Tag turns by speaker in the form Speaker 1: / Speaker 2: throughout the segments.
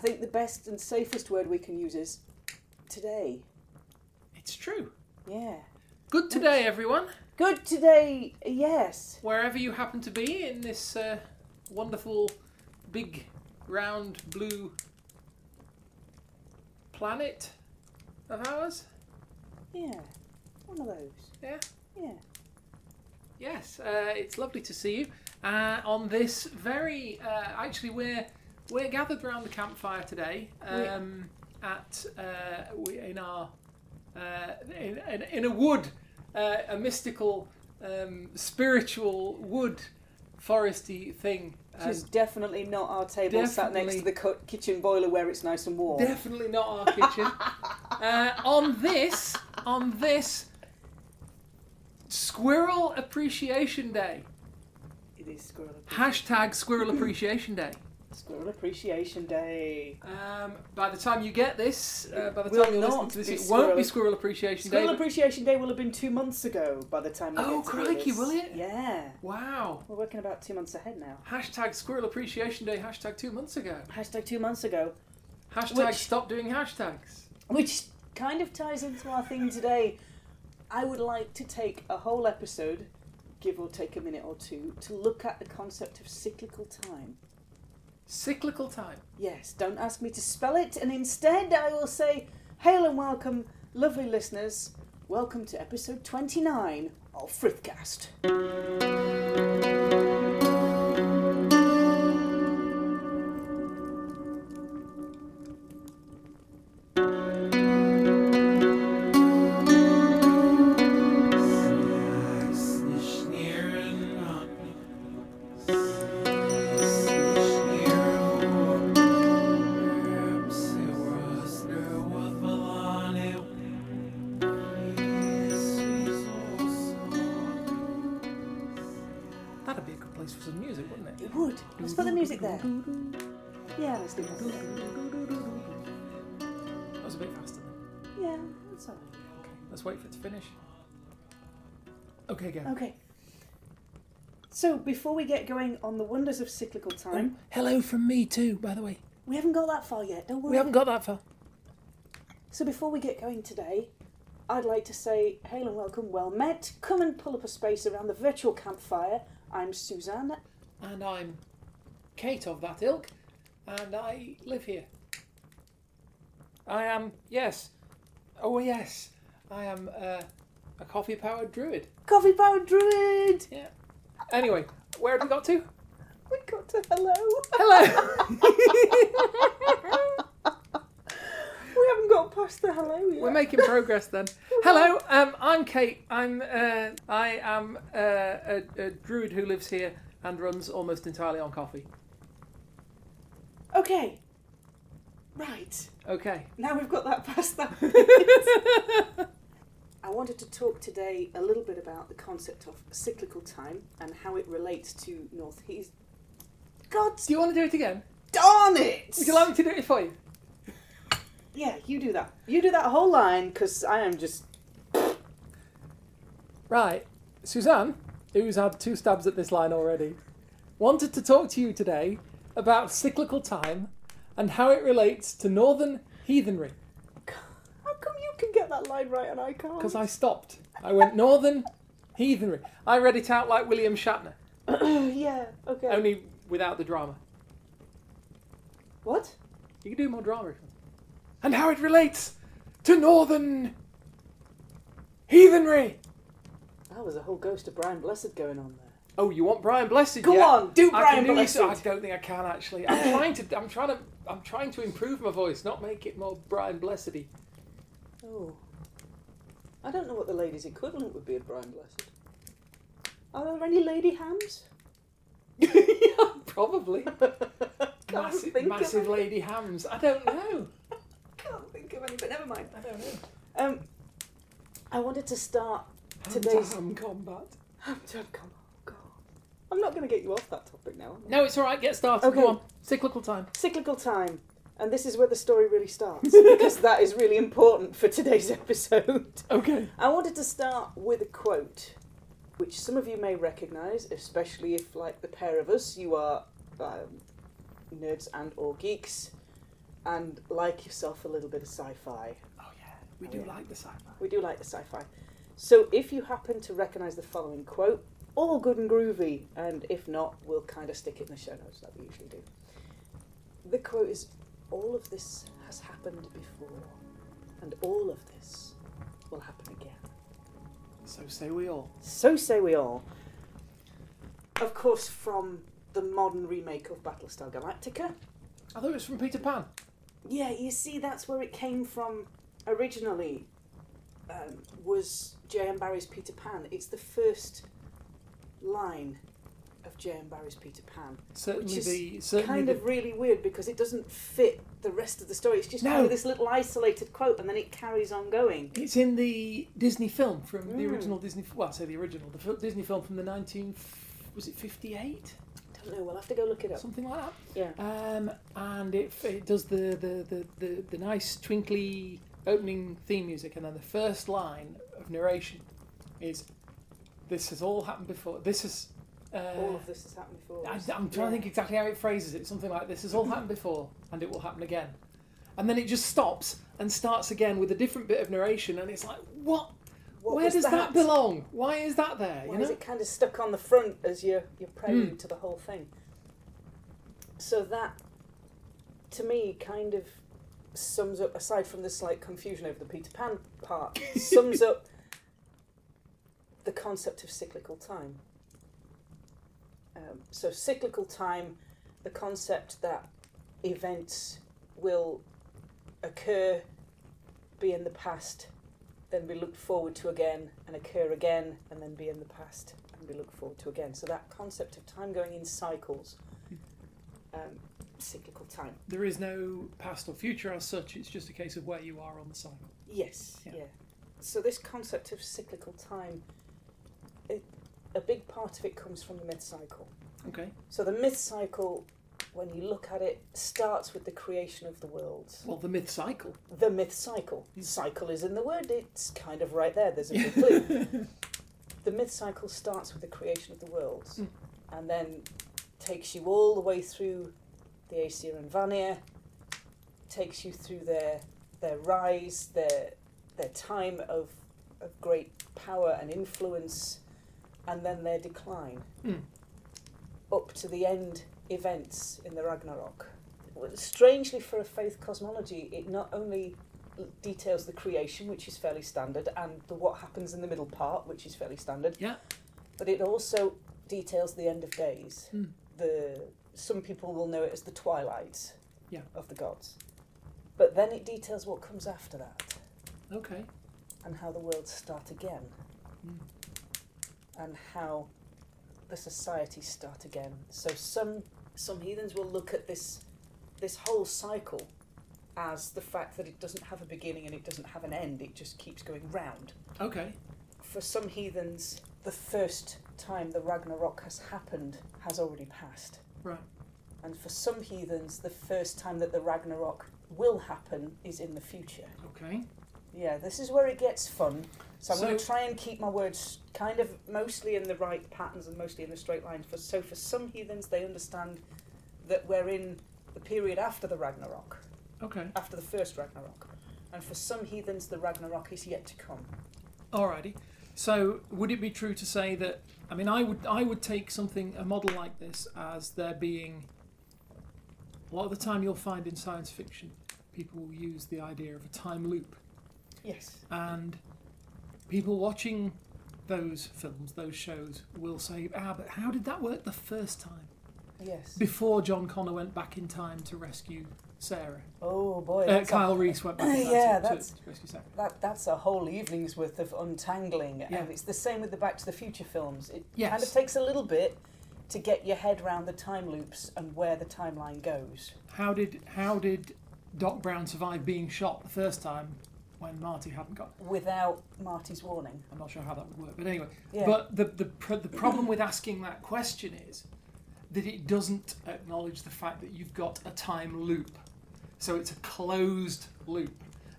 Speaker 1: think the best and safest word we can use is today.
Speaker 2: It's true.
Speaker 1: Yeah.
Speaker 2: Good today, everyone,
Speaker 1: Good today, yes.
Speaker 2: wherever you happen to be in this uh, wonderful, big, round, blue planet of ours.
Speaker 1: Yeah. One of those.
Speaker 2: Yeah.
Speaker 1: Yeah.
Speaker 2: Yes, uh, it's lovely to see you uh, on this very. Uh, actually, we're we're gathered round the campfire today um, at uh, we, in our uh, in, in, in a wood, uh, a mystical, um, spiritual wood, foresty thing. Um,
Speaker 1: Which is definitely not our table sat next
Speaker 2: definitely-
Speaker 1: to the cu- kitchen boiler where it's nice and warm.
Speaker 2: Definitely not our kitchen. uh, on this, on this, Squirrel Appreciation Day.
Speaker 1: it is squirrel,
Speaker 2: Hashtag Squirrel Appreciation Day.
Speaker 1: squirrel Appreciation Day.
Speaker 2: Um, by the time you get this, uh, by the
Speaker 1: Will
Speaker 2: time you listen
Speaker 1: not
Speaker 2: to this,
Speaker 1: be
Speaker 2: it won't be
Speaker 1: squirrel-
Speaker 2: Squirrel Appreciation
Speaker 1: Squirrel
Speaker 2: Day. but-
Speaker 1: Appreciation Day will have been two months ago by the time. we
Speaker 2: Oh,
Speaker 1: get to
Speaker 2: crikey,
Speaker 1: this.
Speaker 2: will it?
Speaker 1: Yeah,
Speaker 2: wow.
Speaker 1: we're working about two months ahead now.
Speaker 2: Hashtag Squirrel Appreciation Day. Hashtag two months ago.
Speaker 1: Hashtag two months ago,
Speaker 2: Hashtag
Speaker 1: Which-
Speaker 2: stop doing hashtags.
Speaker 1: which kind of ties into our theme today. I would like to take a whole episode, give or take a minute or two, to look at the concept of cyclical time.
Speaker 2: Cyclical time.
Speaker 1: Yes, don't ask me to spell it, and instead I will say, Hail and welcome, lovely listeners. Welcome to episode 29 of Frithcast.
Speaker 2: That'd be a good place for some music, wouldn't it?
Speaker 1: It would. Let's put the music there. Yeah, let's do that.
Speaker 2: That was a bit faster. Then.
Speaker 1: Yeah, that's all right.
Speaker 2: Okay, let's wait for it to finish. Okay, go.
Speaker 1: Okay. So, before we get going on the wonders of cyclical time,
Speaker 2: Hello from me too, by the way.
Speaker 1: we haven't got that far yet, don't worry.
Speaker 2: We haven't got that far.
Speaker 1: So before we get going today, I'd like to say hail and welcome, well met. Come and pull up a space around the virtual campfire. I'm Suzanne.
Speaker 2: And I'm Kate of that ilk, and I live here. I am yes, oh yes, I am uh, a coffee-powered druid.
Speaker 1: Coffee powered druid.
Speaker 2: Yeah. Anyway, where have we got to?
Speaker 1: We got to hello.
Speaker 2: Hello.
Speaker 1: we haven't got past the hello yet.
Speaker 2: We're making progress then. Hello, um, I'm Kate. I'm uh, I am uh, a, a druid who lives here and runs almost entirely on coffee.
Speaker 1: okay. Right.
Speaker 2: Okay.
Speaker 1: Now we've got that past that. I wanted to talk today a little bit about the concept of cyclical time and how it relates to North Heath. God
Speaker 2: do you want to do it again?
Speaker 1: darn it!
Speaker 2: Would you like me to do it for you?
Speaker 1: Yeah, you do that. You do that whole line because I am just.
Speaker 2: Right. Suzanne, who's had two stabs at this line already, wanted to talk to you today about cyclical time and how it relates to northern heathenry.
Speaker 1: How come you can get that line right and I can't?
Speaker 2: Because I stopped. I went northern heathenry. I read it out like William Shatner,
Speaker 1: yeah. Okay.
Speaker 2: only without the drama.
Speaker 1: What?
Speaker 2: You can do more drama. if you want. And how it relates to northern heathenry.
Speaker 1: That was a whole ghost of Brian Blessed going on there.
Speaker 2: Oh, you want Brian Blessed?
Speaker 1: Go
Speaker 2: yeah?
Speaker 1: on, do
Speaker 2: I
Speaker 1: Brian
Speaker 2: can do this-
Speaker 1: Blessed.
Speaker 2: I don't think I can actually. I'm trying to. I'm trying to. I'm trying to improve my voice, not make it more Brian Blessedy.
Speaker 1: Oh. I don't know what the lady's equivalent would be of Brian Blessed. Are there any lady hams?
Speaker 2: yeah, probably.
Speaker 1: can't
Speaker 2: Massive,
Speaker 1: think
Speaker 2: massive
Speaker 1: of any.
Speaker 2: lady hams. I don't know.
Speaker 1: Can't think of any, but never mind.
Speaker 2: I don't know.
Speaker 1: Um, I wanted to start
Speaker 2: Hand to
Speaker 1: today's.
Speaker 2: hand combat.
Speaker 1: Ham to- Come on, God. I'm not going to get you off that topic now. Am I?
Speaker 2: No, it's all right. Get started.
Speaker 1: Okay.
Speaker 2: Go on. Cyclical time.
Speaker 1: cyclical time and this is where the story really starts because that is really important for today's episode
Speaker 2: Okay.
Speaker 1: i wanted to start with a quote which some of you may recognize especially if like the pair of us you are um, nerds and or geeks and like yourself a little bit of sci fi.
Speaker 2: Oh yeah, we do
Speaker 1: Yeah.
Speaker 2: like the sci-fi.
Speaker 1: We do like the sci fi. So if you happen to recognise the following quote, all good and groovy, and if not, we'll kind of stick it in the show notes like we usually do. The quote is All of this has happened before, and all of this will happen again.
Speaker 2: So say we all.
Speaker 1: So say we all. Of course, from the modern remake of Battlestar Galactica.
Speaker 2: I thought it was from Peter Pan.
Speaker 1: Yeah, you see, that's where it came from originally. Um, was J.M. Barrie's Peter Pan? It's the first line of J.M. Barrie's Peter Pan.
Speaker 2: Certainly
Speaker 1: is
Speaker 2: the certainly
Speaker 1: kind
Speaker 2: the,
Speaker 1: of really weird because it doesn't fit the rest of the story. It's just
Speaker 2: No.
Speaker 1: kind of this little isolated quote, and then it carries on going.
Speaker 2: It's in the Disney film from the
Speaker 1: Mm.
Speaker 2: original Disney. Well, I say the original, the fil- Disney film from the nineteen. Was it fifty-eight?
Speaker 1: Don't know. We'll have to go look it up.
Speaker 2: Something like that.
Speaker 1: Yeah.
Speaker 2: Um, and it it does the the, the, the the nice twinkly opening theme music, and then the first line of narration is, "This has all happened before. This has." Uh,
Speaker 1: All of this has happened before.
Speaker 2: I, I'm trying to think exactly how it phrases it. Something like this has all happened before, and it will happen again. And then it just stops and starts again with a different bit of narration, and it's like, what?
Speaker 1: What
Speaker 2: Where
Speaker 1: was
Speaker 2: does that? belong? Why is that there?
Speaker 1: Why
Speaker 2: you know? Hmm.
Speaker 1: is it kind of stuck on the front as your your prelude to the whole thing? So that, to me, kind of sums up. Aside from the slight confusion over the Peter Pan part, sums up the concept of cyclical time. Um, so cyclical time, the concept that events will occur, be in the past, then be looked forward to again and occur again and then be in the past and be looked forward to again. So that concept of time going in cycles, um, cyclical time.
Speaker 2: There is no past or future as such. It's just a case of where you are on the cycle.
Speaker 1: Yes, yeah.
Speaker 2: Yeah.
Speaker 1: So this concept of cyclical time, it, a big part of it comes from the myth cycle.
Speaker 2: Okay.
Speaker 1: So the myth cycle, when you look at it, starts with the creation of the world.
Speaker 2: Well, the myth cycle.
Speaker 1: The myth cycle.
Speaker 2: Mm.
Speaker 1: Cycle is in the word. It's kind of right there. There's a big clue. the myth cycle starts with the creation of the worlds
Speaker 2: Mm.
Speaker 1: and then takes you all the way through the Aesir and Vanir, takes you through their their rise, their their time of of great power and influence, and then their decline
Speaker 2: Mm.
Speaker 1: up to the end events in the Ragnarok. Strangely for a faith cosmology, it not only details the creation, which is fairly standard, and the what happens in the middle part, which is fairly standard.
Speaker 2: Yeah.
Speaker 1: But it also details the end of days.
Speaker 2: Hmm.
Speaker 1: The some people will know it as the twilight
Speaker 2: Yeah.
Speaker 1: of the gods. But then it details what comes after that
Speaker 2: Okay.
Speaker 1: and how the worlds start again.
Speaker 2: Mm.
Speaker 1: And how the societies start again. So some some heathens will look at this this whole cycle as the fact that it doesn't have a beginning and it doesn't have an end, it just keeps going round.
Speaker 2: Okay.
Speaker 1: For some heathens, the first time the Ragnarok has happened has already passed.
Speaker 2: Right.
Speaker 1: And for some heathens, the first time that the Ragnarok will happen is in the future.
Speaker 2: Okay.
Speaker 1: Yeah, this is where it gets fun. So I'm going to
Speaker 2: So-
Speaker 1: try and keep my words kind of mostly in the right patterns and mostly in the straight lines. For so for some heathens, they understand that we're in the period after the Ragnarok,
Speaker 2: Okay.
Speaker 1: after the first Ragnarok, and for some heathens, the Ragnarok is yet to come.
Speaker 2: Alrighty. So, would it be true to say that? I mean, I would I would take something a model like this as there being. A lot of the time, you'll find in science fiction, people will use the idea of a time loop,
Speaker 1: Yes.
Speaker 2: and people watching those films, those shows, will say, "Ah, but how did that work the first time?"
Speaker 1: Yes.
Speaker 2: Before John Connor went back in time to rescue Sarah,
Speaker 1: Oh boy.
Speaker 2: uh,
Speaker 1: that's a-
Speaker 2: Kyle Reese went back in time
Speaker 1: Yeah,
Speaker 2: to- to,
Speaker 1: that's-
Speaker 2: to rescue Sarah.
Speaker 1: That, that's a whole evening's worth of untangling.
Speaker 2: Yeah.
Speaker 1: And it's the same with the Back to the Future films. It kind of
Speaker 2: Yes.
Speaker 1: takes a little bit to get your head round the time loops and where the timeline goes.
Speaker 2: How did how did Doc Brown survive being shot the first time when Marty hadn't got?
Speaker 1: without Marty's warning.
Speaker 2: I'm not sure how that would work, but anyway.
Speaker 1: Yeah.
Speaker 2: But the the pr- the problem with asking that question is that it doesn't acknowledge the fact that you've got a time loop, so it's a closed loop,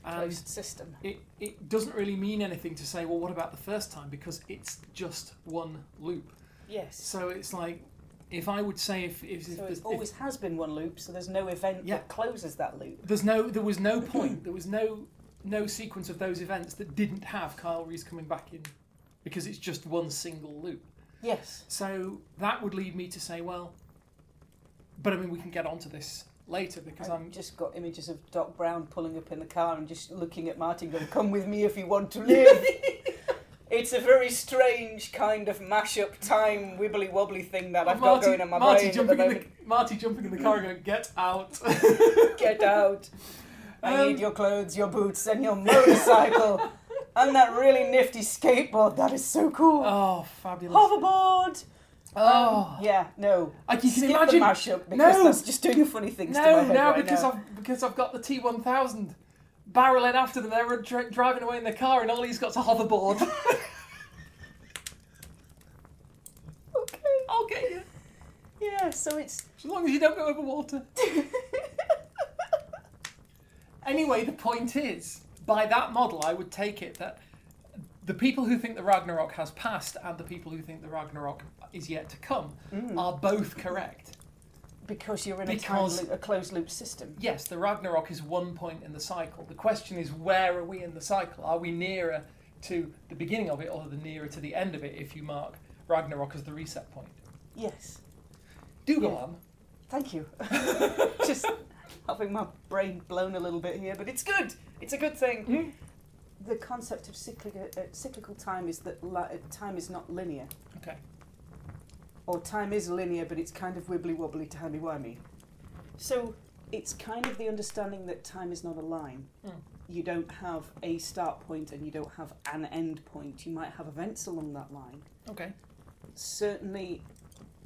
Speaker 2: and
Speaker 1: Closed system.
Speaker 2: it it doesn't really mean anything to say. Well, what about the first time? Because it's just one loop.
Speaker 1: Yes.
Speaker 2: So it's like If I would say if if, if,
Speaker 1: So
Speaker 2: there's,
Speaker 1: it
Speaker 2: if-
Speaker 1: always has been one loop, so there's no event
Speaker 2: Yeah.
Speaker 1: that closes that loop.
Speaker 2: there's no there was no point there was no no sequence of those events that didn't have Kyle Reese coming back in because it's just one single loop.
Speaker 1: Yes.
Speaker 2: So that would lead me to say, well, but I mean, we can get onto this later because
Speaker 1: I've
Speaker 2: I'm.
Speaker 1: just got images of Doc Brown pulling up in the car and just looking at Martin going, Come with me if you want to live. it's a very strange kind of mash-up time wibbly wobbly thing that I've got going in my
Speaker 2: Oh, Marty
Speaker 1: brain. at the
Speaker 2: jumping in
Speaker 1: moment.
Speaker 2: the Marty jumping in the car and going, "Get out!"
Speaker 1: Get out. I
Speaker 2: Um,
Speaker 1: need your clothes, your boots, and your motorcycle. and that really nifty skateboard. That is so cool.
Speaker 2: Oh, fabulous!
Speaker 1: Hoverboard. Um,
Speaker 2: Oh,
Speaker 1: Yeah, no.
Speaker 2: like you can
Speaker 1: Skip
Speaker 2: imagine.
Speaker 1: the mashup because
Speaker 2: No.
Speaker 1: that's just doing funny things to my
Speaker 2: no,
Speaker 1: head
Speaker 2: now
Speaker 1: right
Speaker 2: because
Speaker 1: now.
Speaker 2: I've because I've got the T one thousand barreling after them. They're dri- driving away in the car, and all he's got's a hoverboard.
Speaker 1: Okay.
Speaker 2: I'll get you
Speaker 1: Yeah, so it's.
Speaker 2: as long as you don't go over water. Anyway, the point is, by that model, I would take it that the people who think the Ragnarok has passed and the people who think the Ragnarok is yet to come are both correct.
Speaker 1: because you're in a, time
Speaker 2: Because-
Speaker 1: loop, a closed loop system.
Speaker 2: Yes, the Ragnarok is one point in the cycle. The question is, where are we in the cycle? Are we nearer to the beginning of it or the nearer to the end of it if you mark Ragnarok as the reset point?
Speaker 1: Yes.
Speaker 2: Do go
Speaker 1: Yeah.
Speaker 2: on.
Speaker 1: Thank you. Just having my brain blown a little bit here, but it's good. It's a good thing. The concept of cyclical, uh, cyclical time is that li- uh, time is not linear,
Speaker 2: Okay.
Speaker 1: or time is linear, but it's kind of wibbly wobbly, timey wimey. So it's kind of the understanding that time is not a line.
Speaker 2: Mm.
Speaker 1: You don't have a start point and you don't have an end point. You might have events along that line.
Speaker 2: Okay.
Speaker 1: certainly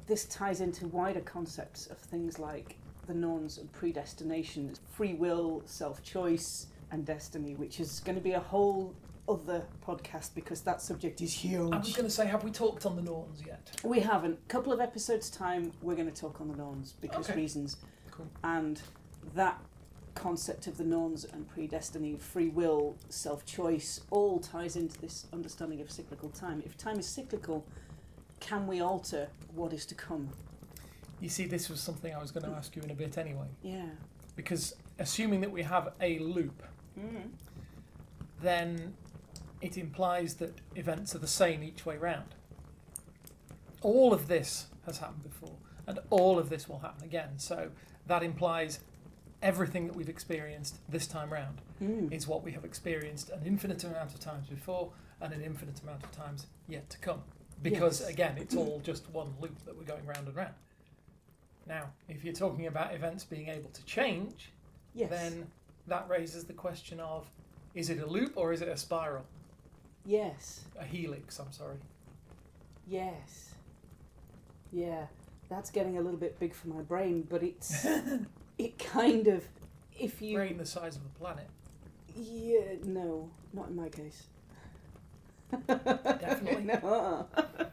Speaker 1: this ties into wider concepts of things like the norms and predestination, free will, self choice, and destiny, which is going to be a whole other podcast because that subject is
Speaker 2: I was
Speaker 1: huge.
Speaker 2: going to say, have we talked on the Norns yet?
Speaker 1: We haven't. A couple of episodes' time, we're going to talk on the norms because
Speaker 2: Okay.
Speaker 1: reasons.
Speaker 2: Cool.
Speaker 1: And that concept of the norms and predestiny, free will, self choice, all ties into this understanding of cyclical time. If time is cyclical, can we alter what is to come?
Speaker 2: You see, this was something I was going to ask you in a bit anyway.
Speaker 1: Yeah.
Speaker 2: Because assuming that we have a loop,
Speaker 1: Mm.
Speaker 2: then it implies that events are the same each way round. All of this has happened before, and all of this will happen again. So that implies everything that we've experienced this time round
Speaker 1: Mm.
Speaker 2: is what we have experienced an infinite amount of times before and an infinite amount of times yet to come. Because
Speaker 1: Yes.
Speaker 2: again, it's all just one loop that we're going round and round. Now, if you're talking about events being able to change,
Speaker 1: Yes.
Speaker 2: then that raises the question of is it a loop or is it a spiral?
Speaker 1: Yes.
Speaker 2: A helix, I'm sorry.
Speaker 1: Yes. Yeah. That's getting a little bit big for my brain, but it's it kind of if you
Speaker 2: Brain the size of a planet.
Speaker 1: Yeah, no, not in my case.
Speaker 2: Definitely.
Speaker 1: no. uh-uh.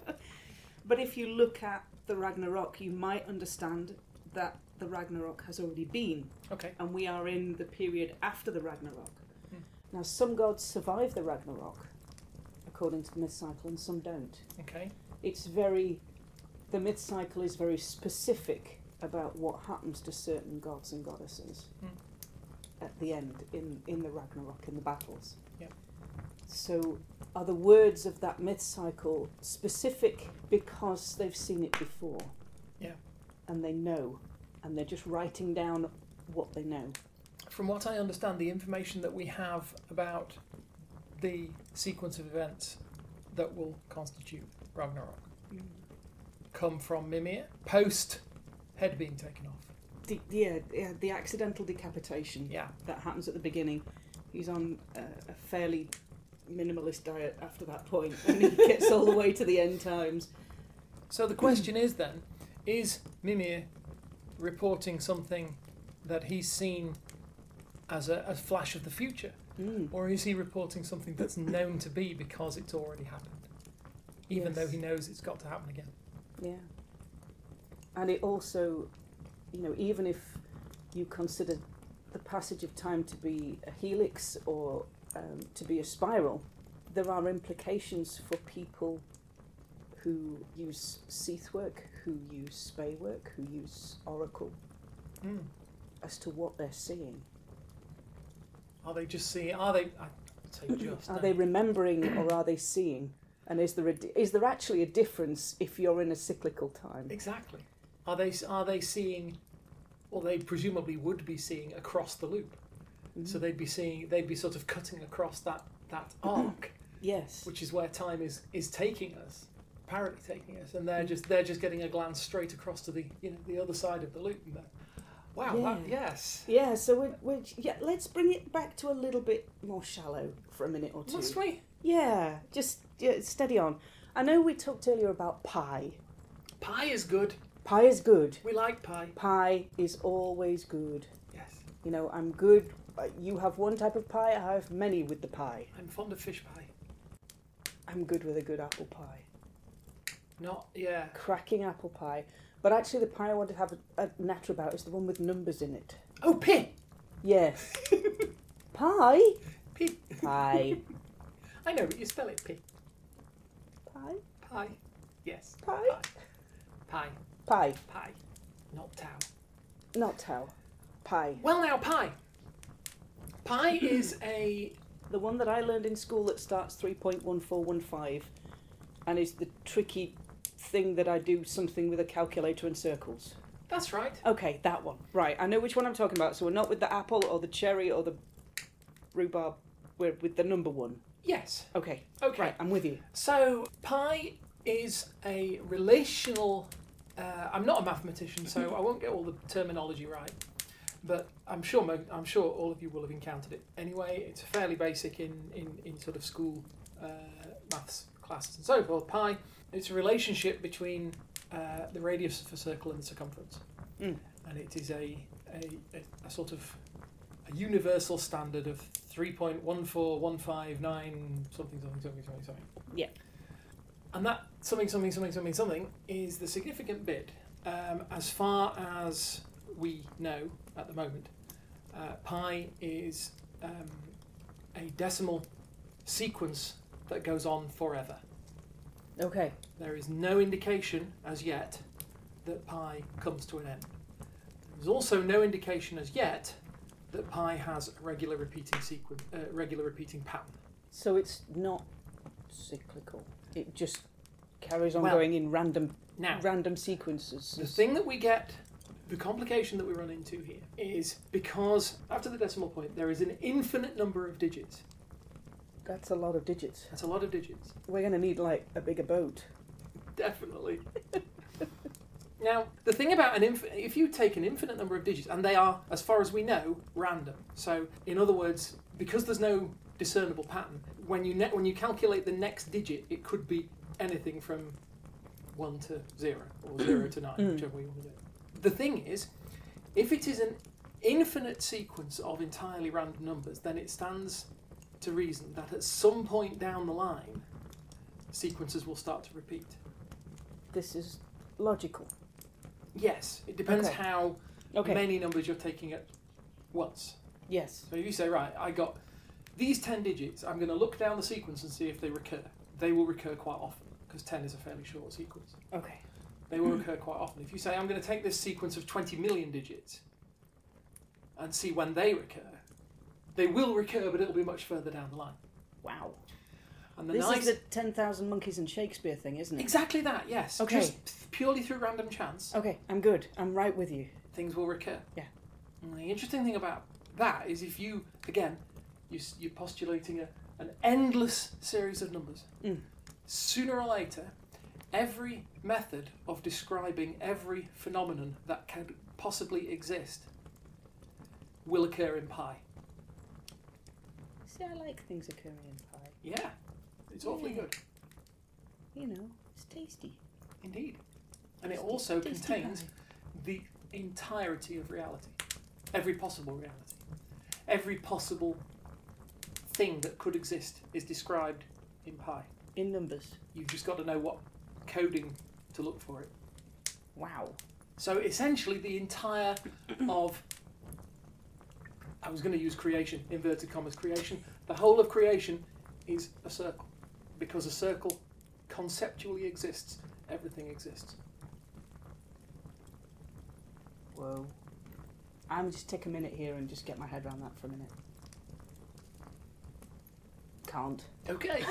Speaker 1: but if you look at the Ragnarok, you might understand that the Ragnarok has already been,
Speaker 2: Okay.
Speaker 1: and we are in the period after the Ragnarok.
Speaker 2: Hmm.
Speaker 1: Now, some gods survive the Ragnarok, according to the myth cycle, and some don't.
Speaker 2: Okay.
Speaker 1: It's very, the myth cycle is very specific about what happens to certain gods and goddesses
Speaker 2: Hmm.
Speaker 1: at the end in, in the Ragnarok, in the battles.
Speaker 2: Yep.
Speaker 1: So, are the words of that myth cycle specific because they've seen it before?
Speaker 2: Yeah.
Speaker 1: And they know, and they're just writing down what they know.
Speaker 2: From what I understand, the information that we have about the sequence of events that will constitute Ragnarok come from Mimir post head being taken off.
Speaker 1: The, yeah, yeah, the accidental decapitation
Speaker 2: Yeah.
Speaker 1: that happens at the beginning. He's on uh, a fairly minimalist diet after that point, and he gets all the way to the end times.
Speaker 2: So the question is then, is Mimir reporting something that he's seen as a, a flash of the future?
Speaker 1: Mm.
Speaker 2: Or is he reporting something that's known to be because it's already happened? Even
Speaker 1: Yes.
Speaker 2: though he knows it's got to happen again.
Speaker 1: Yeah. And it also, you know, even if you consider the passage of time to be a helix or um, to be a spiral, there are implications for people who use Seathwork, who use Speywork, who use Oracle,
Speaker 2: Mm.
Speaker 1: as to what they're seeing.
Speaker 2: Are they just seeing? Are they? I'd say just.
Speaker 1: Are
Speaker 2: no.
Speaker 1: they remembering or are they seeing? And is there a di- is there actually a difference if you're in a cyclical time?
Speaker 2: Exactly. Are they? Are they seeing? Or they presumably would be seeing across the loop.
Speaker 1: Mm-hmm.
Speaker 2: So they'd be seeing. They'd be sort of cutting across that that arc,
Speaker 1: Yes.
Speaker 2: which is where time is is taking us, apparently taking us, and they're just they're just getting a glance straight across to the you know the other side of the loop. And they're, wow. That,
Speaker 1: Yeah.
Speaker 2: yes.
Speaker 1: Yeah. So we're, we're yeah. Let's bring it back to a little bit more shallow for a minute or two.
Speaker 2: Must we?
Speaker 1: Yeah. Just yeah, steady on. I know we talked earlier about pie.
Speaker 2: Pie is good.
Speaker 1: Pie is good.
Speaker 2: We like pie.
Speaker 1: Pie is always good.
Speaker 2: Yes.
Speaker 1: You know, I'm good. uh, You have one type of pie. I have many with the pie.
Speaker 2: I'm fond of fish pie.
Speaker 1: I'm good with a good apple pie.
Speaker 2: Not yeah.
Speaker 1: cracking apple pie. But actually, the pie I want to have a, a natter about is the one with numbers in it.
Speaker 2: Oh, pie.
Speaker 1: Yes. pie?
Speaker 2: Pie.
Speaker 1: Pie.
Speaker 2: I know, but you spell it pie.
Speaker 1: Pie?
Speaker 2: Pie. Yes.
Speaker 1: Pie?
Speaker 2: Pie.
Speaker 1: Pie.
Speaker 2: Pie. Not tau.
Speaker 1: Not tau. Pie.
Speaker 2: Well, now pie. Pie is a
Speaker 1: The one that I learned in school that starts 3.1415 and is the tricky thing that I do something with a calculator and circles.
Speaker 2: That's right.
Speaker 1: Okay, that one. Right, I know which one I'm talking about. So we're not with the apple or the cherry or the rhubarb. We're with the number one.
Speaker 2: Yes.
Speaker 1: Okay,
Speaker 2: Okay.
Speaker 1: right, I'm with you.
Speaker 2: So pi is a relational. Uh, I'm not a mathematician, so I won't get all the terminology right, but I'm sure mo- I'm sure all of you will have encountered it. Anyway, it's fairly basic in in, in sort of school uh, maths classes and so forth. Pi, it's a relationship between uh, the radius of a circle and the circumference,
Speaker 1: Mm.
Speaker 2: and it is a a, a, a sort of a universal standard of 3.14159 something something something something something. And that something, something, something, something, something is the significant bit um, as far as we know at the moment. Uh, pi is um, a decimal sequence that goes on forever.
Speaker 1: Okay.
Speaker 2: There is no indication as yet that pi comes to an end. There's also no indication as yet that pi has a regular repeating sequence, uh, regular repeating pattern.
Speaker 1: So it's not cyclical. It just carries on
Speaker 2: Well-
Speaker 1: going in random
Speaker 2: Now,
Speaker 1: random sequences.
Speaker 2: The thing that we get, the complication that we run into here is because after the decimal point, there is an infinite number of digits.
Speaker 1: That's a lot of digits.
Speaker 2: That's a lot of digits,
Speaker 1: We're going to need like a bigger boat.
Speaker 2: definitely. now, the thing about an infinite, if you take an infinite number of digits, and they are, as far as we know, random. So, in other words, because there's no discernible pattern, when you ne- when you calculate the next digit, it could be anything from one to zero or zero to nine,
Speaker 1: Mm.
Speaker 2: whichever way you want to do it. The thing is, if it is an infinite sequence of entirely random numbers, then it stands to reason that at some point down the line, sequences will start to repeat.
Speaker 1: This is logical.
Speaker 2: Yes, it depends
Speaker 1: Okay.
Speaker 2: how
Speaker 1: Okay.
Speaker 2: many numbers you're taking at once.
Speaker 1: yes.
Speaker 2: So if you say, right, I got these 10 digits, I'm going to look down the sequence and see if they recur. They will recur quite often because 10 is a fairly short sequence.
Speaker 1: Okay.
Speaker 2: They
Speaker 1: Hmm.
Speaker 2: will recur quite often. If you say, I'm going to take this sequence of 20 million digits and see when they recur, they will recur, but it'll be much further down the line.
Speaker 1: Wow.
Speaker 2: And the
Speaker 1: this
Speaker 2: nice
Speaker 1: is the ten thousand monkeys and Shakespeare thing, isn't it?
Speaker 2: Exactly that, yes.
Speaker 1: Okay.
Speaker 2: Just purely through random chance,
Speaker 1: Okay. I'm good. I'm right with you.
Speaker 2: things will recur.
Speaker 1: Yeah.
Speaker 2: And the interesting thing about that is if you, again, you, s- you're postulating a, an endless series of numbers,
Speaker 1: Mm.
Speaker 2: sooner or later, every method of describing every phenomenon that can possibly exist will occur in pi.
Speaker 1: See, I like things occurring in pie.
Speaker 2: Yeah. It's awfully
Speaker 1: Yeah.
Speaker 2: good,
Speaker 1: You know, it's tasty.
Speaker 2: indeed. And it
Speaker 1: Tasty-
Speaker 2: also
Speaker 1: tasty
Speaker 2: contains
Speaker 1: pie.
Speaker 2: the entirety of reality, every possible reality, every possible thing that could exist is described in pi.
Speaker 1: in numbers.
Speaker 2: You've just got to know what coding to look for it.
Speaker 1: Wow.
Speaker 2: So essentially, the entire of I was going to use creation, inverted commas creation. The whole of creation is a circle because a circle conceptually exists, everything exists.
Speaker 1: Whoa. I'm just take a minute here and just get my head around that for a minute. Can't.
Speaker 2: Okay.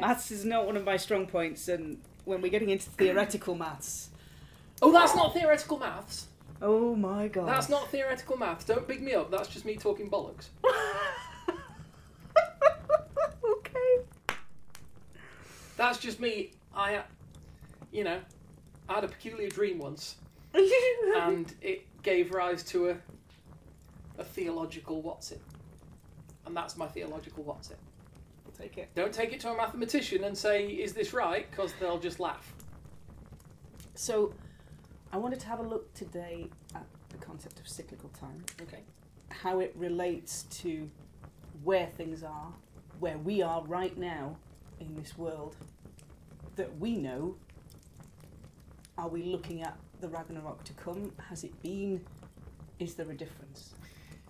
Speaker 1: Maths is not one of my strong points, and when we're getting into theoretical maths,
Speaker 2: oh, that's not theoretical maths.
Speaker 1: oh my god.
Speaker 2: That's not theoretical maths. Don't big me up. That's just me talking bollocks.
Speaker 1: okay.
Speaker 2: That's just me. I, uh, you know, I had a peculiar dream once, and it gave rise to a, a theological what's it, and that's my theological what's it.
Speaker 1: Take it.
Speaker 2: Don't take it to a mathematician and say is this right, because they'll just laugh.
Speaker 1: So, I wanted to have a look today at the concept of cyclical time,
Speaker 2: Okay.
Speaker 1: how it relates to where things are, where we are right now in this world that we know. Are we looking at the Ragnarok to come? Has it been? Is there a difference?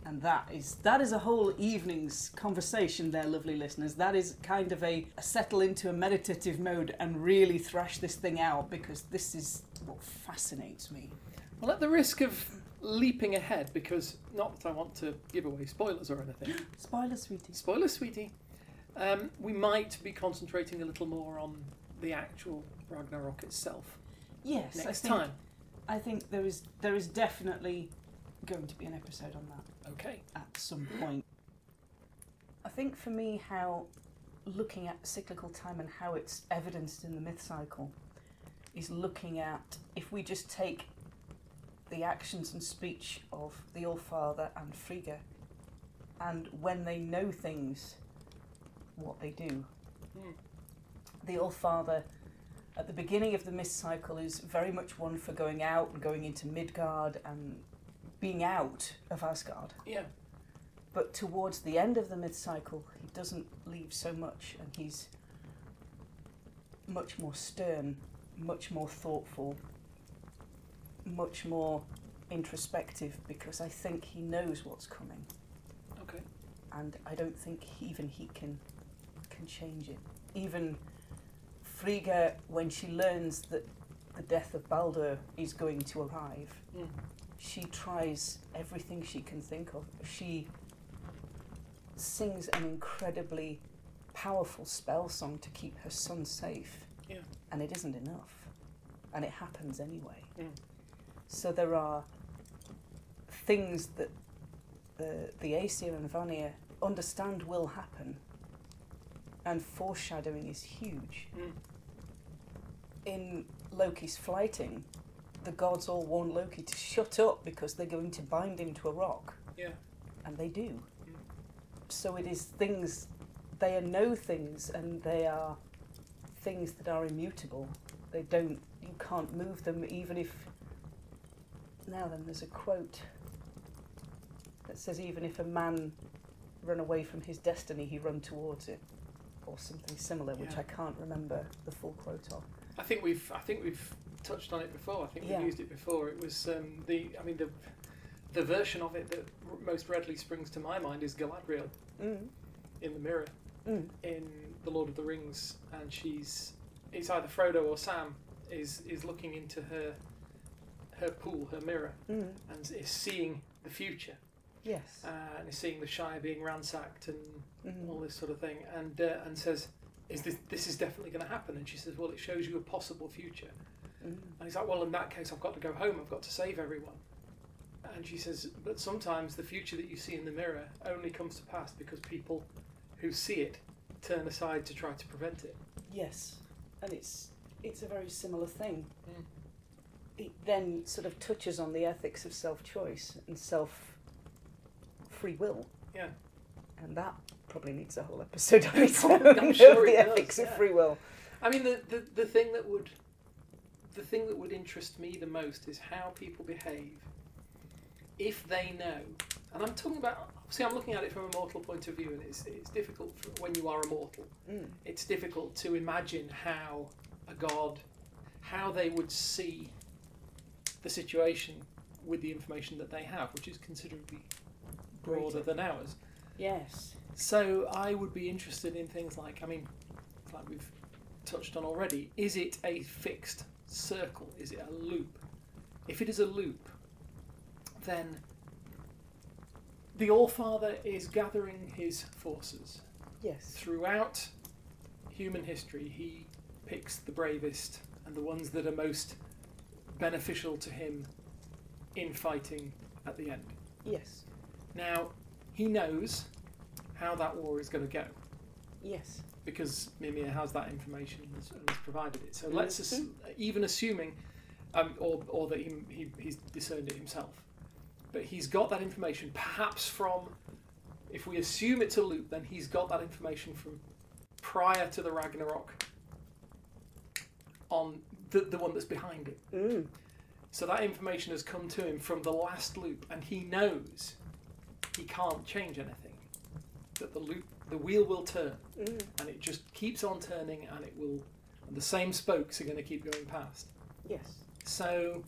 Speaker 1: And that is that is a whole evening's conversation there, lovely listeners. That is kind of a, a settle into a meditative mode and really thrash this thing out because this is what fascinates me.
Speaker 2: Well, at the risk of leaping ahead, because not that I want to give away spoilers or anything.
Speaker 1: Spoiler, sweetie.
Speaker 2: Spoiler, sweetie. Um, we might be concentrating a little more on the actual Ragnarok itself
Speaker 1: Yes, I
Speaker 2: next
Speaker 1: think-
Speaker 2: time.
Speaker 1: I think there is there is definitely going to be an episode on that
Speaker 2: Okay.
Speaker 1: at some point. I think for me, how looking at cyclical time and how it's evidenced in the myth cycle is looking at if we just take the actions and speech of the Allfather and Frigga, and when they know things, what they do.
Speaker 2: Hmm.
Speaker 1: The Allfather at the beginning of the mist cycle is very much one for going out and going into Midgard and being out of Asgard.
Speaker 2: Yeah.
Speaker 1: But towards the end of the mid cycle, he doesn't leave so much and he's much more stern, much more thoughtful, much more introspective because I think he knows what's coming
Speaker 2: Okay.
Speaker 1: and I don't think he- even he can can change it. Even Frigga, when she learns that the death of Baldur is going to arrive,
Speaker 2: Mm.
Speaker 1: she tries everything she can think of. She sings an incredibly powerful spell song to keep her son safe.
Speaker 2: Yeah.
Speaker 1: And it isn't enough. And it happens anyway.
Speaker 2: Mm.
Speaker 1: So there are things that the, the Aesir and Vanir understand will happen. And foreshadowing is huge
Speaker 2: Mm.
Speaker 1: in Loki's flighting, the gods all warn Loki to shut up because they're going to bind him to a rock.
Speaker 2: Yeah.
Speaker 1: And they do.
Speaker 2: Mm.
Speaker 1: So it is things, they are no things and they are things that are immutable. They don't, you can't move them even if. Now then, there's a quote that says, even if a man run away from his destiny, he run towards it. Or something similar, which
Speaker 2: Yeah.
Speaker 1: I can't remember the full quote of.
Speaker 2: I think we've I think we've touched on it before. I think
Speaker 1: Yeah.
Speaker 2: we used it before. It was um, the I mean the the version of it that r- most readily springs to my mind is Galadriel
Speaker 1: Mm.
Speaker 2: in the mirror
Speaker 1: Mm.
Speaker 2: in The Lord of the Rings, and she's it's either Frodo or Sam is is looking into her her pool, her mirror,
Speaker 1: Mm.
Speaker 2: and is seeing the future
Speaker 1: Yes.
Speaker 2: uh, and is seeing the Shire being ransacked and and all
Speaker 1: Mm.
Speaker 2: this sort of thing, and uh, and says, "Is this this is definitely going to happen?" And she says, "Well, it shows you a possible future."
Speaker 1: Mm.
Speaker 2: And he's like, "Well, in that case, I've got to go home. I've got to save everyone." And she says, "But sometimes the future that you see in the mirror only comes to pass because people who see it turn aside to try to prevent it."
Speaker 1: Yes, and it's it's a very similar thing.
Speaker 2: Mm.
Speaker 1: It then sort of touches on the ethics of self-choice and self free will.
Speaker 2: Yeah.
Speaker 1: And that probably needs a whole episode on its own.
Speaker 2: I'm sure
Speaker 1: of the
Speaker 2: it does,
Speaker 1: ethics
Speaker 2: yeah.
Speaker 1: of free will.
Speaker 2: I mean, the, the the thing that would the thing that would interest me the most is how people behave if they know. And I'm talking about obviously I'm looking at it from a mortal point of view, and it's it's difficult for, when you are a mortal.
Speaker 1: Mm.
Speaker 2: It's difficult to imagine how a god, how they would see the situation with the information that they have, which is considerably broader
Speaker 1: Greater.
Speaker 2: than ours.
Speaker 1: Yes.
Speaker 2: So I would be interested in things like, I mean, like we've touched on already, is it a fixed circle? Is it a loop? If it is a loop, then the Allfather is gathering his forces
Speaker 1: Yes.
Speaker 2: throughout human history, he picks the bravest and the ones that are most beneficial to him in fighting at the end.
Speaker 1: Yes.
Speaker 2: Now, he knows how that war is going to go
Speaker 1: Yes.
Speaker 2: because Mimir has that information and has, and has provided it. So let's ass- even assuming, um, or, or that he, he, he's discerned it himself, but he's got that information perhaps from, if we assume it's a loop, then he's got that information from prior to the Ragnarok on the, the one that's behind it.
Speaker 1: Mm.
Speaker 2: So that information has come to him from the last loop, and he knows he can't change anything. That the loop, the wheel will turn
Speaker 1: Mm.
Speaker 2: and it just keeps on turning and it will and the same spokes are going to keep going past
Speaker 1: Yes.
Speaker 2: so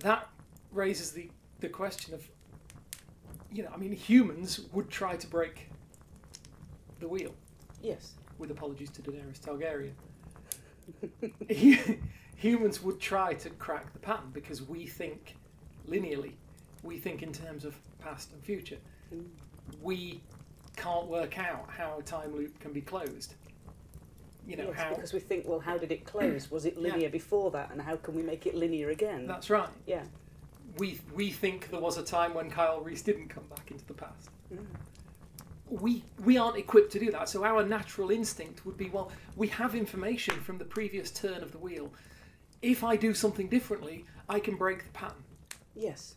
Speaker 2: that raises the the question of you know i mean humans would try to break the wheel
Speaker 1: Yes.
Speaker 2: with apologies to daenerys targaryen Hu- humans would try to crack the pattern because we think linearly we think in terms of past and future
Speaker 1: Mm.
Speaker 2: we can't work out how a time loop can be closed you know
Speaker 1: yes,
Speaker 2: how
Speaker 1: because we think, well, how did it close? Was it
Speaker 2: Yeah.
Speaker 1: linear before that, and how can we make it linear again?
Speaker 2: that's right
Speaker 1: yeah.
Speaker 2: we we think there was a time when Kyle Reese didn't come back into the past.
Speaker 1: Mm.
Speaker 2: We we aren't equipped to do that. So our natural instinct would be, well, we have information from the previous turn of the wheel. If I do something differently, I can break the pattern
Speaker 1: Yes.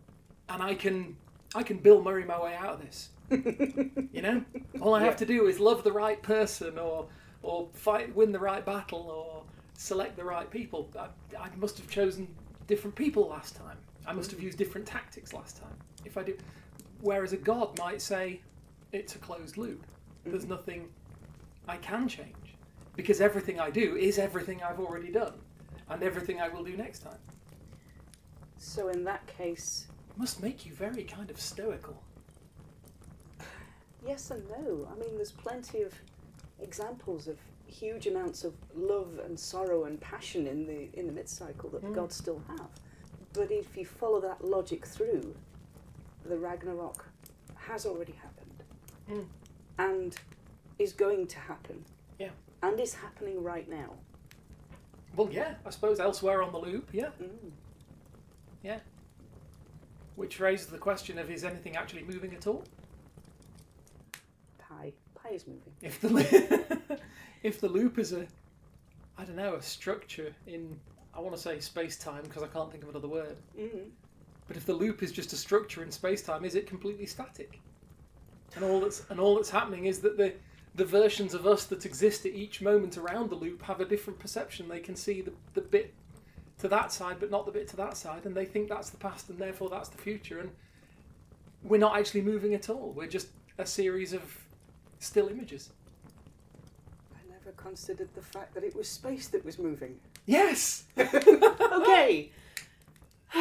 Speaker 2: and I can I can Bill Murray my way out of this. you know, all I have
Speaker 1: Yeah.
Speaker 2: to do is love the right person, or or fight, win the right battle, or select the right people. I, I must have chosen different people last time. I must have used different tactics last time. If I do, whereas a god might say, it's a closed loop. There's nothing I can change because everything I do is everything I've already done, and everything I will do next time.
Speaker 1: So in that case,
Speaker 2: Must make you very kind of stoical.
Speaker 1: yes and no. I mean, there's plenty of examples of huge amounts of love and sorrow and passion in the in the mid cycle that the
Speaker 2: Mm.
Speaker 1: gods still have. But if you follow that logic through, the Ragnarok has already happened,
Speaker 2: Mm.
Speaker 1: and is going to happen.
Speaker 2: Yeah.
Speaker 1: And is happening right now.
Speaker 2: Well, yeah, I suppose elsewhere on the loop, yeah.
Speaker 1: Mm.
Speaker 2: Which raises the question of is anything actually moving at all?
Speaker 1: Pie. Pie is moving.
Speaker 2: If the lo- if the loop is a, I don't know, a structure in I want to say space time because I can't think of another word.
Speaker 1: Mm.
Speaker 2: But if the loop is just a structure in space time, is it completely static? And all that's and all that's happening is that the the versions of us that exist at each moment around the loop have a different perception. They can see the, the bit to that side, but not the bit to that side, and they think that's the past and therefore that's the future. And we're not actually moving at all. We're just a series of still images.
Speaker 1: I never considered the fact that it was space that was moving.
Speaker 2: Yes.
Speaker 1: Okay.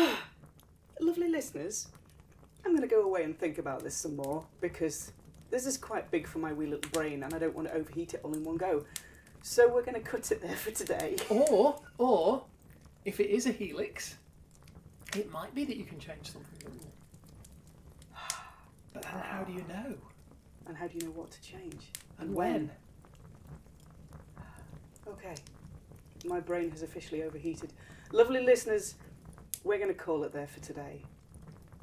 Speaker 1: Lovely listeners, I'm going to go away and think about this some more because this is quite big for my wee little brain and I don't want to overheat it all in one go. So we're going to cut it there for today.
Speaker 2: Or or if it is a helix, it might be that you can change something. at all. But then how do you know?
Speaker 1: And how do you know what to change?
Speaker 2: And when?
Speaker 1: Okay. My brain has officially overheated. Lovely listeners, we're going to call it there for today.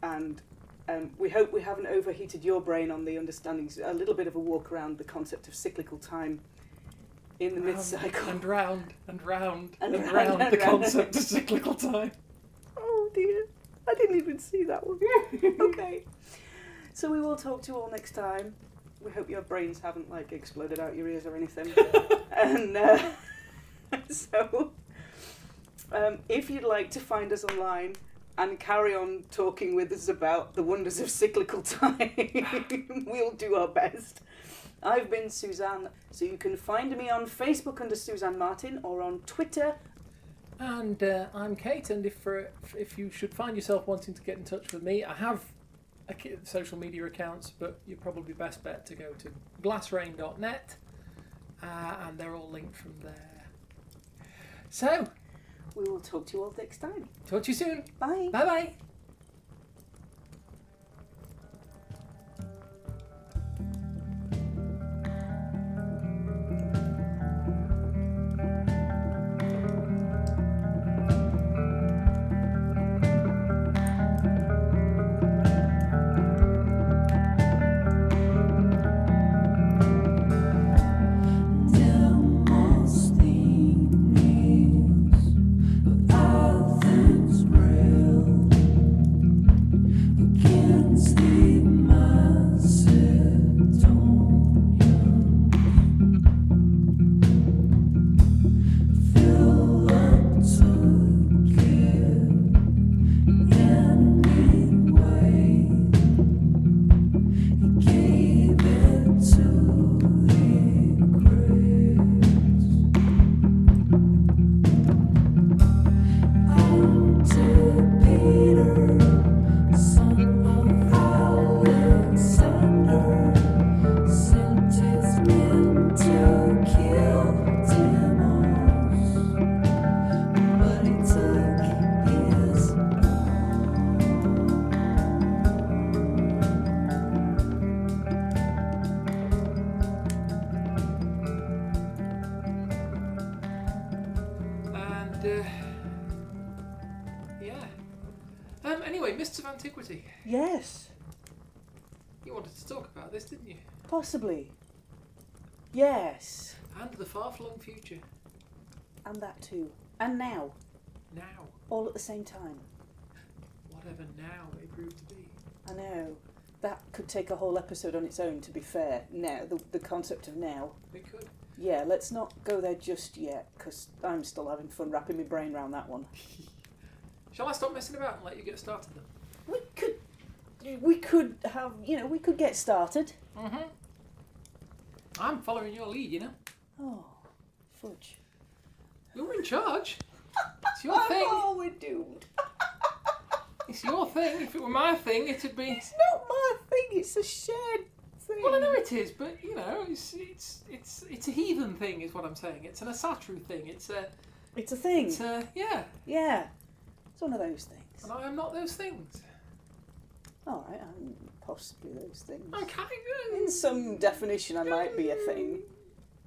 Speaker 1: And um, we hope we haven't overheated your brain on the understandings, a little bit of a walk around the concept of cyclical time in
Speaker 2: Um,
Speaker 1: the mid cycle.
Speaker 2: And round and round
Speaker 1: And
Speaker 2: and,
Speaker 1: round
Speaker 2: round,
Speaker 1: and
Speaker 2: the
Speaker 1: round.
Speaker 2: concept of cyclical time.
Speaker 1: Oh dear, I didn't even see that one. okay. So we will talk to you all next time. We hope your brains haven't like exploded out your ears or anything. and uh, so, um, if you'd like to find us online and carry on talking with us about the wonders of cyclical time, we'll do our best. I've been Suzanne, so you can find me on Facebook under Suzanne Martin or on Twitter.
Speaker 2: And uh, I'm Kate, and if for, if you should find yourself wanting to get in touch with me, I have a ki social media accounts, but you're probably best bet to go to glassrain.net uh, and they're all linked from there. So,
Speaker 1: We will talk to you all next time.
Speaker 2: talk to you soon.
Speaker 1: Bye.
Speaker 2: Bye bye. And uh, yeah. Um, anyway, Mists of Antiquity.
Speaker 1: Yes,
Speaker 2: You wanted to talk about this, didn't you?
Speaker 1: possibly. Yes,
Speaker 2: And the far-flung future.
Speaker 1: and that too. And now,
Speaker 2: Now,
Speaker 1: all at the same time.
Speaker 2: whatever now they prove to be.
Speaker 1: I know. That could take a whole episode on its own, to be fair. Now, the, the concept of now.
Speaker 2: They could.
Speaker 1: Yeah, let's not go there just yet, because I'm still having fun wrapping my brain around that one.
Speaker 2: Shall I stop messing about and let you get started then?
Speaker 1: We could. We could have, you know, we could get started.
Speaker 2: Mm-hmm. I'm following your lead, you know.
Speaker 1: Oh, fudge.
Speaker 2: You're in charge. It's your thing.
Speaker 1: Oh, we're doomed.
Speaker 2: It's your thing. If it were my thing, it'd be.
Speaker 1: It's not my thing, it's a shared thing.
Speaker 2: Well, I know it is, but you know, it's it's it's it's a heathen thing, is what I'm saying. It's an Asatru thing. It's a
Speaker 1: It's a thing.
Speaker 2: it's a yeah.
Speaker 1: Yeah. It's one of those things.
Speaker 2: And I am not those things.
Speaker 1: Alright, I'm possibly those things.
Speaker 2: I'm kind of
Speaker 1: In some definition, I might be a thing.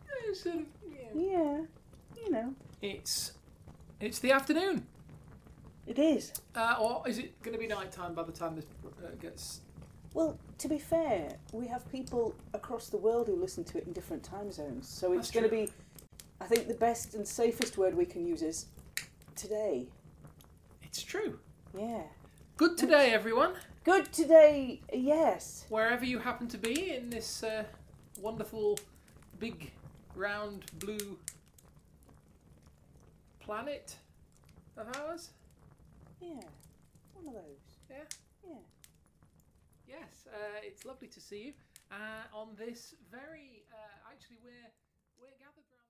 Speaker 2: Yeah, sort of, yeah.
Speaker 1: Yeah, you know,
Speaker 2: It's it's the afternoon,
Speaker 1: it is.
Speaker 2: uh, or is it going to be night time by the time this uh, gets?
Speaker 1: Well, to be fair, we have people across the world who listen to it in different time zones, so
Speaker 2: That's
Speaker 1: it's going to
Speaker 2: true.
Speaker 1: be. I think the best and safest word we can use is today.
Speaker 2: It's true.
Speaker 1: Yeah.
Speaker 2: Good today, everyone,
Speaker 1: Good today, yes.
Speaker 2: wherever you happen to be in this uh, wonderful, big, round, blue planet of ours.
Speaker 1: Yeah. One of those.
Speaker 2: Yeah.
Speaker 1: Yeah.
Speaker 2: Yes, uh, it's lovely to see you uh, on this very. Uh, actually, we're we're gathered. Around